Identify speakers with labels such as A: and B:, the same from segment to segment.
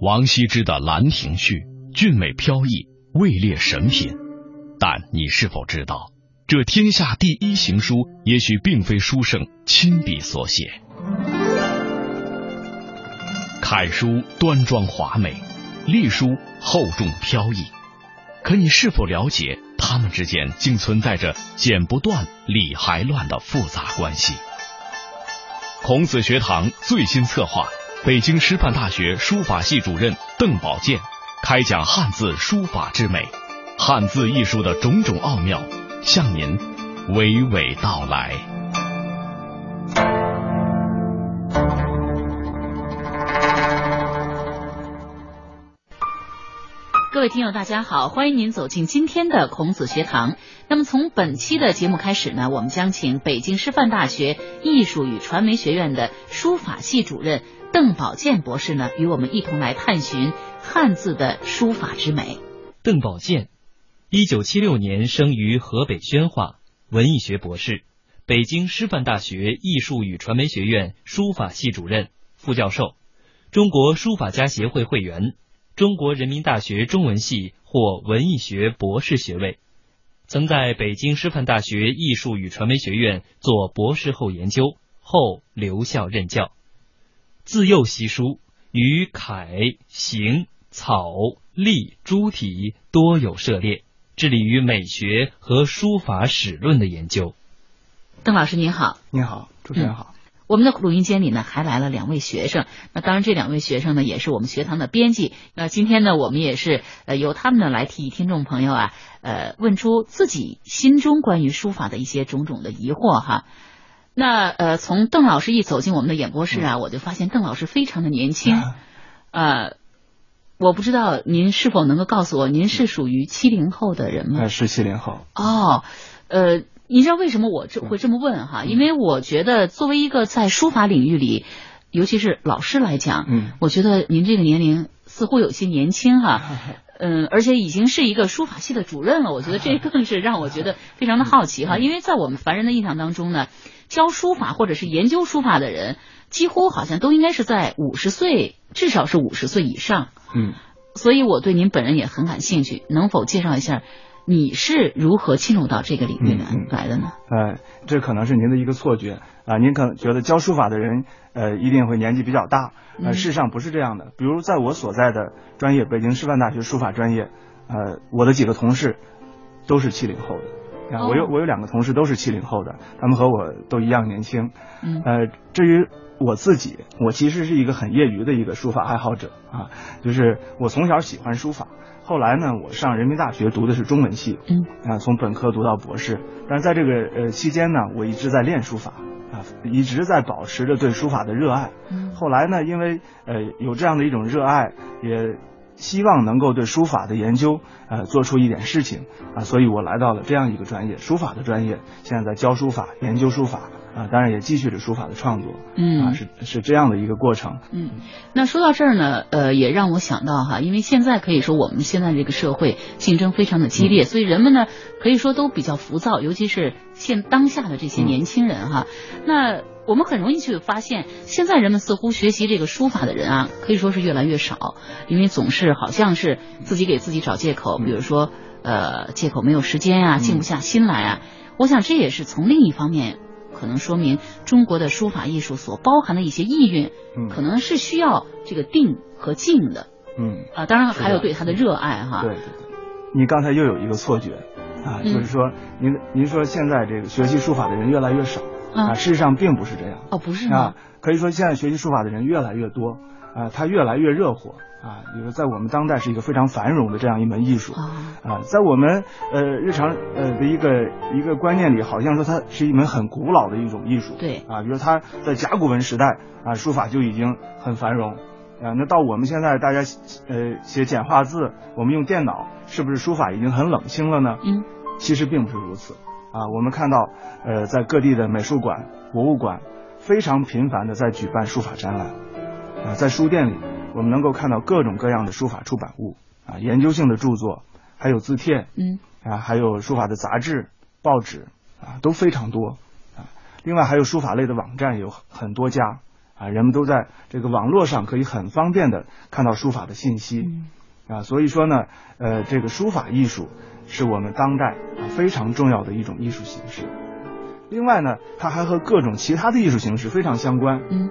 A: 王羲之的《兰亭序》俊美飘逸，位列神品。但你是否知道，这天下第一行书，也许并非书圣亲笔所写。楷书端庄华美，隶书厚重飘逸。可你是否了解，他们之间竟存在着剪不断、理还乱的复杂关系？孔子学堂最新策划，北京师范大学书法系主任邓宝剑开讲汉字书法之美、汉字艺术的种种奥妙，向您娓娓道来。
B: 各位听友，大家好，欢迎您走进今天的孔子学堂。那么从本期的节目开始呢，我们将请北京师范大学艺术与传媒学院的书法系主任邓宝剑博士呢，与我们一同来探寻汉字的书法之美。
C: 邓宝剑，一九七六年生于河北宣化，文艺学博士，北京师范大学艺术与传媒学院书法系主任、副教授，中国书法家协会会员。中国人民大学中文系获文艺学博士学位，曾在北京师范大学艺术与传媒学院做博士后研究，后留校任教。自幼习书，于楷、行、草、隶诸体多有涉猎，致力于美学和书法史论的研究。
B: 邓老师您好，
D: 你好，主持人好。
B: 我们的录音间里呢还来了两位学生，那当然这两位学生呢也是我们学堂的编辑。那今天呢我们也是呃由他们呢来替听众朋友啊呃问出自己心中关于书法的一些种种的疑惑哈。那呃从邓老师一走进我们的演播室啊，我就发现邓老师非常的年轻，呃，我不知道您是否能够告诉我您是属于七零后的人吗
D: 那？呃是七零后，
B: 哦，呃，你知道为什么我这会这么问哈？因为我觉得作为一个在书法领域里，尤其是老师来讲，
D: 嗯，
B: 我觉得您这个年龄似乎有些年轻哈。嗯，而且已经是一个书法系的主任了，我觉得这更是让我觉得非常的好奇哈。因为在我们凡人的印象当中呢，教书法或者是研究书法的人，几乎好像都应该是在五十岁，至少是五十岁以上。
D: 嗯，
B: 所以我对您本人也很感兴趣，能否介绍一下你是如何进入到这个领域来、
D: 嗯嗯
B: 来的呢？
D: 呃，这可能是您的一个错觉啊、您可能觉得教书法的人，呃，一定会年纪比较大，
B: 嗯
D: 呃，事实上不是这样的。比如在我所在的专业，北京师范大学书法专业，呃，我的几个同事都是七零后的，啊，我有
B: 哦
D: 我有两个同事都是七零后的，他们和我都一样年轻，
B: 嗯
D: 呃，至于我自己，我其实是一个很业余的一个书法爱好者啊，就是我从小喜欢书法，后来呢，我上人民大学读的是中文系，
B: 嗯，
D: 啊，从本科读到博士，但是在这个呃期间呢，我一直在练书法啊，一直在保持着对书法的热爱。
B: 嗯
D: 后来呢，因为呃有这样的一种热爱，也希望能够对书法的研究呃做出一点事情啊，所以我来到了这样一个专业，书法的专业，现在在教书法、研究书法啊，当然也继续着书法的创作啊，
B: 嗯
D: 是是这样的一个过程。
B: 嗯。那说到这儿呢，呃，也让我想到哈，因为现在可以说我们现在这个社会竞争非常的激
D: 嗯
B: 烈，所以人们呢可以说都比较浮躁，尤其是现当下的这些
D: 嗯
B: 年轻人哈。那我们很容易去发现，现在人们似乎学习这个书法的人啊，可以说是越来越少，因为总是好像是自己给自己找借口，
D: 嗯
B: 比如说呃借口没有时间啊，
D: 嗯
B: 静不下心来啊。我想这也是从另一方面可能说明中国的书法艺术所包含的一些意蕴，
D: 嗯
B: 可能是需要这个定和静的
D: 嗯，
B: 啊，当然
D: 是的
B: 还有对它的热爱哈。
D: 对对对，啊你刚才又有一个错觉啊，
B: 嗯
D: 就是说您您说现在这个学习书法的人越来越少
B: 啊
D: 啊，事实上并不是这样。
B: 哦，不是
D: 啊
B: 吗？，
D: 可以说现在学习书法的人越来越多啊，它越来越热火啊，也就是在我们当代是一个非常繁荣的这样一门艺术
B: 啊，
D: 啊，在我们呃日常呃的一个一个观念里，好像说它是一门很古老的一种艺术，
B: 对，
D: 啊，比如它在甲骨文时代啊，书法就已经很繁荣。啊，那到我们现在大家呃写简化字，我们用电脑，是不是书法已经很冷清了呢？
B: 嗯
D: 其实并不是如此啊。我们看到，呃，在各地的美术馆、博物馆，非常频繁的在举办书法展览啊，在书店里，我们能够看到各种各样的书法出版物啊，研究性的著作，还有字帖
B: 嗯
D: 啊，还有书法的杂志、报纸啊，都非常多啊。另外还有书法类的网站有很多家啊，人们都在这个网络上可以很方便的看到书法的信息。
B: 嗯
D: 啊，所以说呢，呃，这个书法艺术是我们当代啊非常重要的一种艺术形式。另外呢，它还和各种其他的艺术形式非常相关。
B: 嗯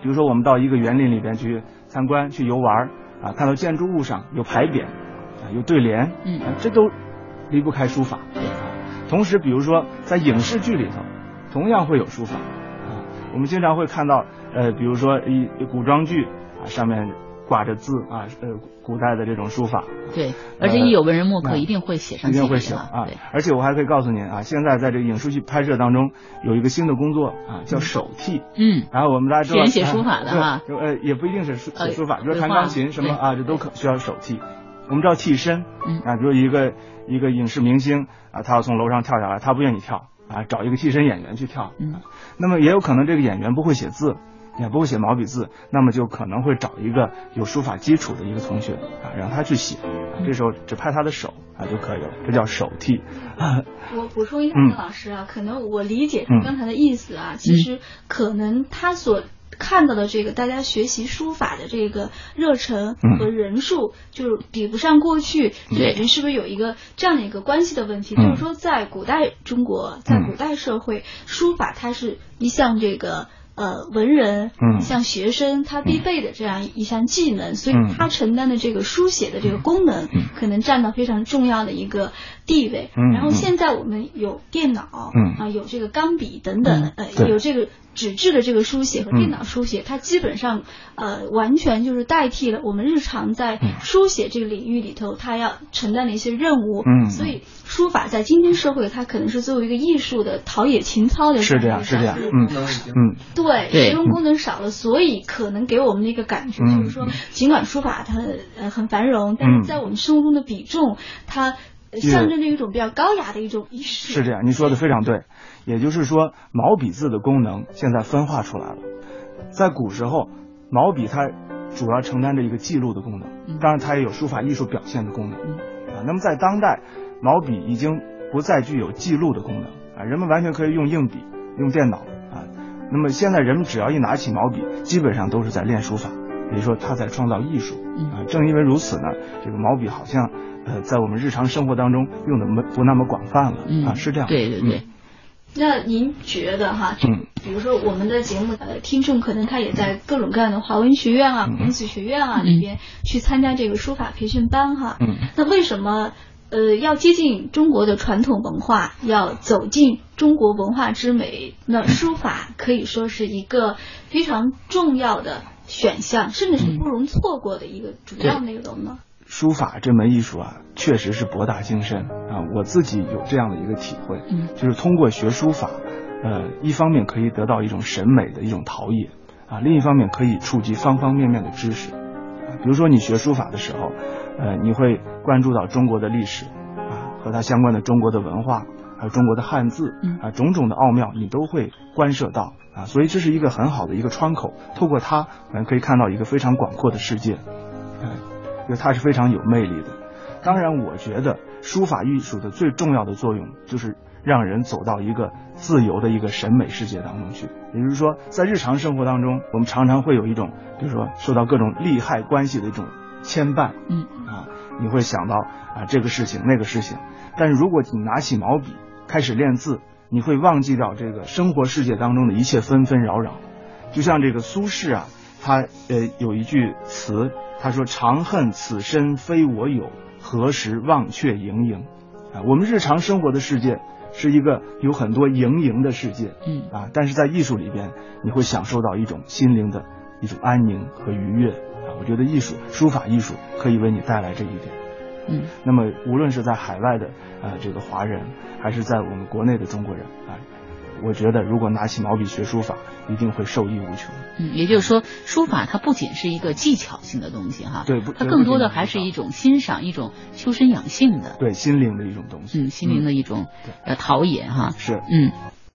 D: 比如说，我们到一个园林里边去参观、去游玩儿啊，看到建筑物上有牌匾啊，有对联，
B: 嗯
D: 啊，这都离不开书法。啊同时，比如说在影视剧里头，同样会有书法。啊，我们经常会看到，呃，比如说一古装剧啊，上面挂着字啊，呃，古代的这种书法。
B: 对，而且一有文人墨客，
D: 嗯
B: 一定会写上
D: 呃一
B: 几
D: 定会
B: 笔
D: 写
B: 的
D: 啊
B: 对，！
D: 而且我还可以告诉您啊，现在在这个影视剧拍摄当中有一个新的工作啊，叫手替。
B: 嗯，
D: 然后我们大家知道，
B: 是人写书法的哈
D: 对呃，也不一定是书
B: 呃
D: 写书法，比如
B: 绘
D: 说
B: 画
D: 弹钢琴什么
B: 对
D: 啊，这都可需要手替。我们知道替身，
B: 嗯
D: 啊，比如一个一个影视明星啊，他要从楼上跳下来，他不愿意跳啊，找一个替身演员去跳。
B: 嗯
D: 那么也有可能这个演员不会写字，也不会写毛笔字，那么就可能会找一个有书法基础的一个同学啊，让他去写，啊这时候只拍他的手啊就可以了，这叫手替。
E: 我补充一下，
D: 嗯
E: 那老师啊，可能我理解
D: 嗯
E: 他刚才的意思啊，其实可能他所看到的这个大家学习书法的这个热忱
D: 嗯
E: 和人数，就是比不上过去，这
B: 对
E: 里面是不是有一个这样的一个关系的问题？
D: 嗯
E: 就是说，在古代中国，在
D: 嗯
E: 古代社会，书法它是一项这个。呃，文人
D: 嗯
E: 像学生他必备的这样一项技能，所以
D: 嗯
E: 他承担的这个书写的这个功能，可能占到非常重要的一个地位。
D: 嗯
E: 然后
D: 嗯
E: 现现在我们有电脑，
D: 嗯
E: 啊，有这个钢笔等等，呃，
D: 对
E: 有这个纸质的这个书写和
D: 嗯
E: 电脑书写，它基本上呃完全就是代替了我们日常在
D: 嗯
E: 书写这个领域里头它要承担的一些任务。
D: 嗯
E: 所以书法在今天社会，它可能是作为一个艺术的陶冶情操的
D: 是这样，
E: 一个
D: 是这样，
E: 角度
D: 嗯嗯，
E: 对，
B: 对
E: 实用功能少了，所以可能给我们的一个感觉
D: 嗯
E: 就是说，尽管书法它呃很繁荣，但是在我们生活中的比重，它呃
D: 是
E: 象征着一种比较高雅的一种仪式。
D: 是这样，您说的非常对。也就是说，毛笔字的功能现在分化出来了。在古时候，毛笔它主要承担着一个记录的功
B: 嗯
D: 能，当然它也有书法艺术表现的功能
B: 嗯
D: 啊。那么在当代，毛笔已经不再具有记录的功能啊，人们完全可以用硬笔、用电脑啊。那么现在人们只要一拿起毛笔，基本上都是在练书法，也就是说他在创造艺术。啊
B: 嗯，
D: 正因为如此呢，这个毛笔好像呃，在我们日常生活当中用的没不那么广泛了、
B: 嗯
D: 啊，是这样。
B: 对对对，
E: 那您觉得哈，
D: 嗯
E: 比如说我们的节目，呃，听众可能他也在各种各样的华文学院啊、孔子学院啊
B: 嗯
E: 里边去参加这个书法培训班哈。
D: 嗯
E: 那为什么呃要接近中国的传统文化，要走进中国文化之美？那书法可以说是一个非常重要的选项，甚至
B: 嗯
E: 是不容错过的一个主要内容呢？
D: 书法这门艺术啊，确实是博大精深啊，我自己有这样的一个体会，
B: 嗯
D: 就是通过学书法，呃，一方面可以得到一种审美的一种陶冶啊，另一方面可以触及方方面面的知识。啊比如说你学书法的时候，呃，你会关注到中国的历史啊，和它相关的中国的文化，还有中国的汉字
B: 嗯
D: 啊，种种的奥妙你都会关涉到啊，所以这是一个很好的一个窗口，透过它，我们可以看到一个非常广阔的世界。哎，因为它是非常有魅力的。当然，我觉得书法艺术的最重要的作用就是让人走到一个自由的一个审美世界当中去。也就是说，在日常生活当中，我们常常会有一种，比如说受到各种利害关系的一种牵绊，
B: 嗯
D: 啊，你会想到啊这个事情那个事情。但是如果你拿起毛笔开始练字，你会忘记掉这个生活世界当中的一切纷纷扰扰。就像这个苏轼啊，他呃有一句词，他说：“长恨此身非我有，何时忘却营营。”啊，我们日常生活的世界是一个有很多营营的世界
B: 嗯
D: 啊，但是在艺术里边，你会享受到一种心灵的一种安宁和愉悦啊。我觉得艺术，书法艺术可以为你带来这一点。
B: 嗯
D: 那么无论是在海外的呃这个华人，还是在我们国内的中国人啊，我觉得如果拿起毛笔学书法，一定会受益无穷。
B: 嗯，也就是说，书法它不仅是一个技巧性的东西哈，
D: 对，不，
B: 它
D: 绝
B: 更
D: 不
B: 多的
D: 仅仅
B: 还是
D: 书
B: 一种欣赏，一种修身养性的
D: 嗯法，对心灵的一种东西。
B: 嗯，心灵的一种呃陶冶哈，
D: 是
B: 嗯，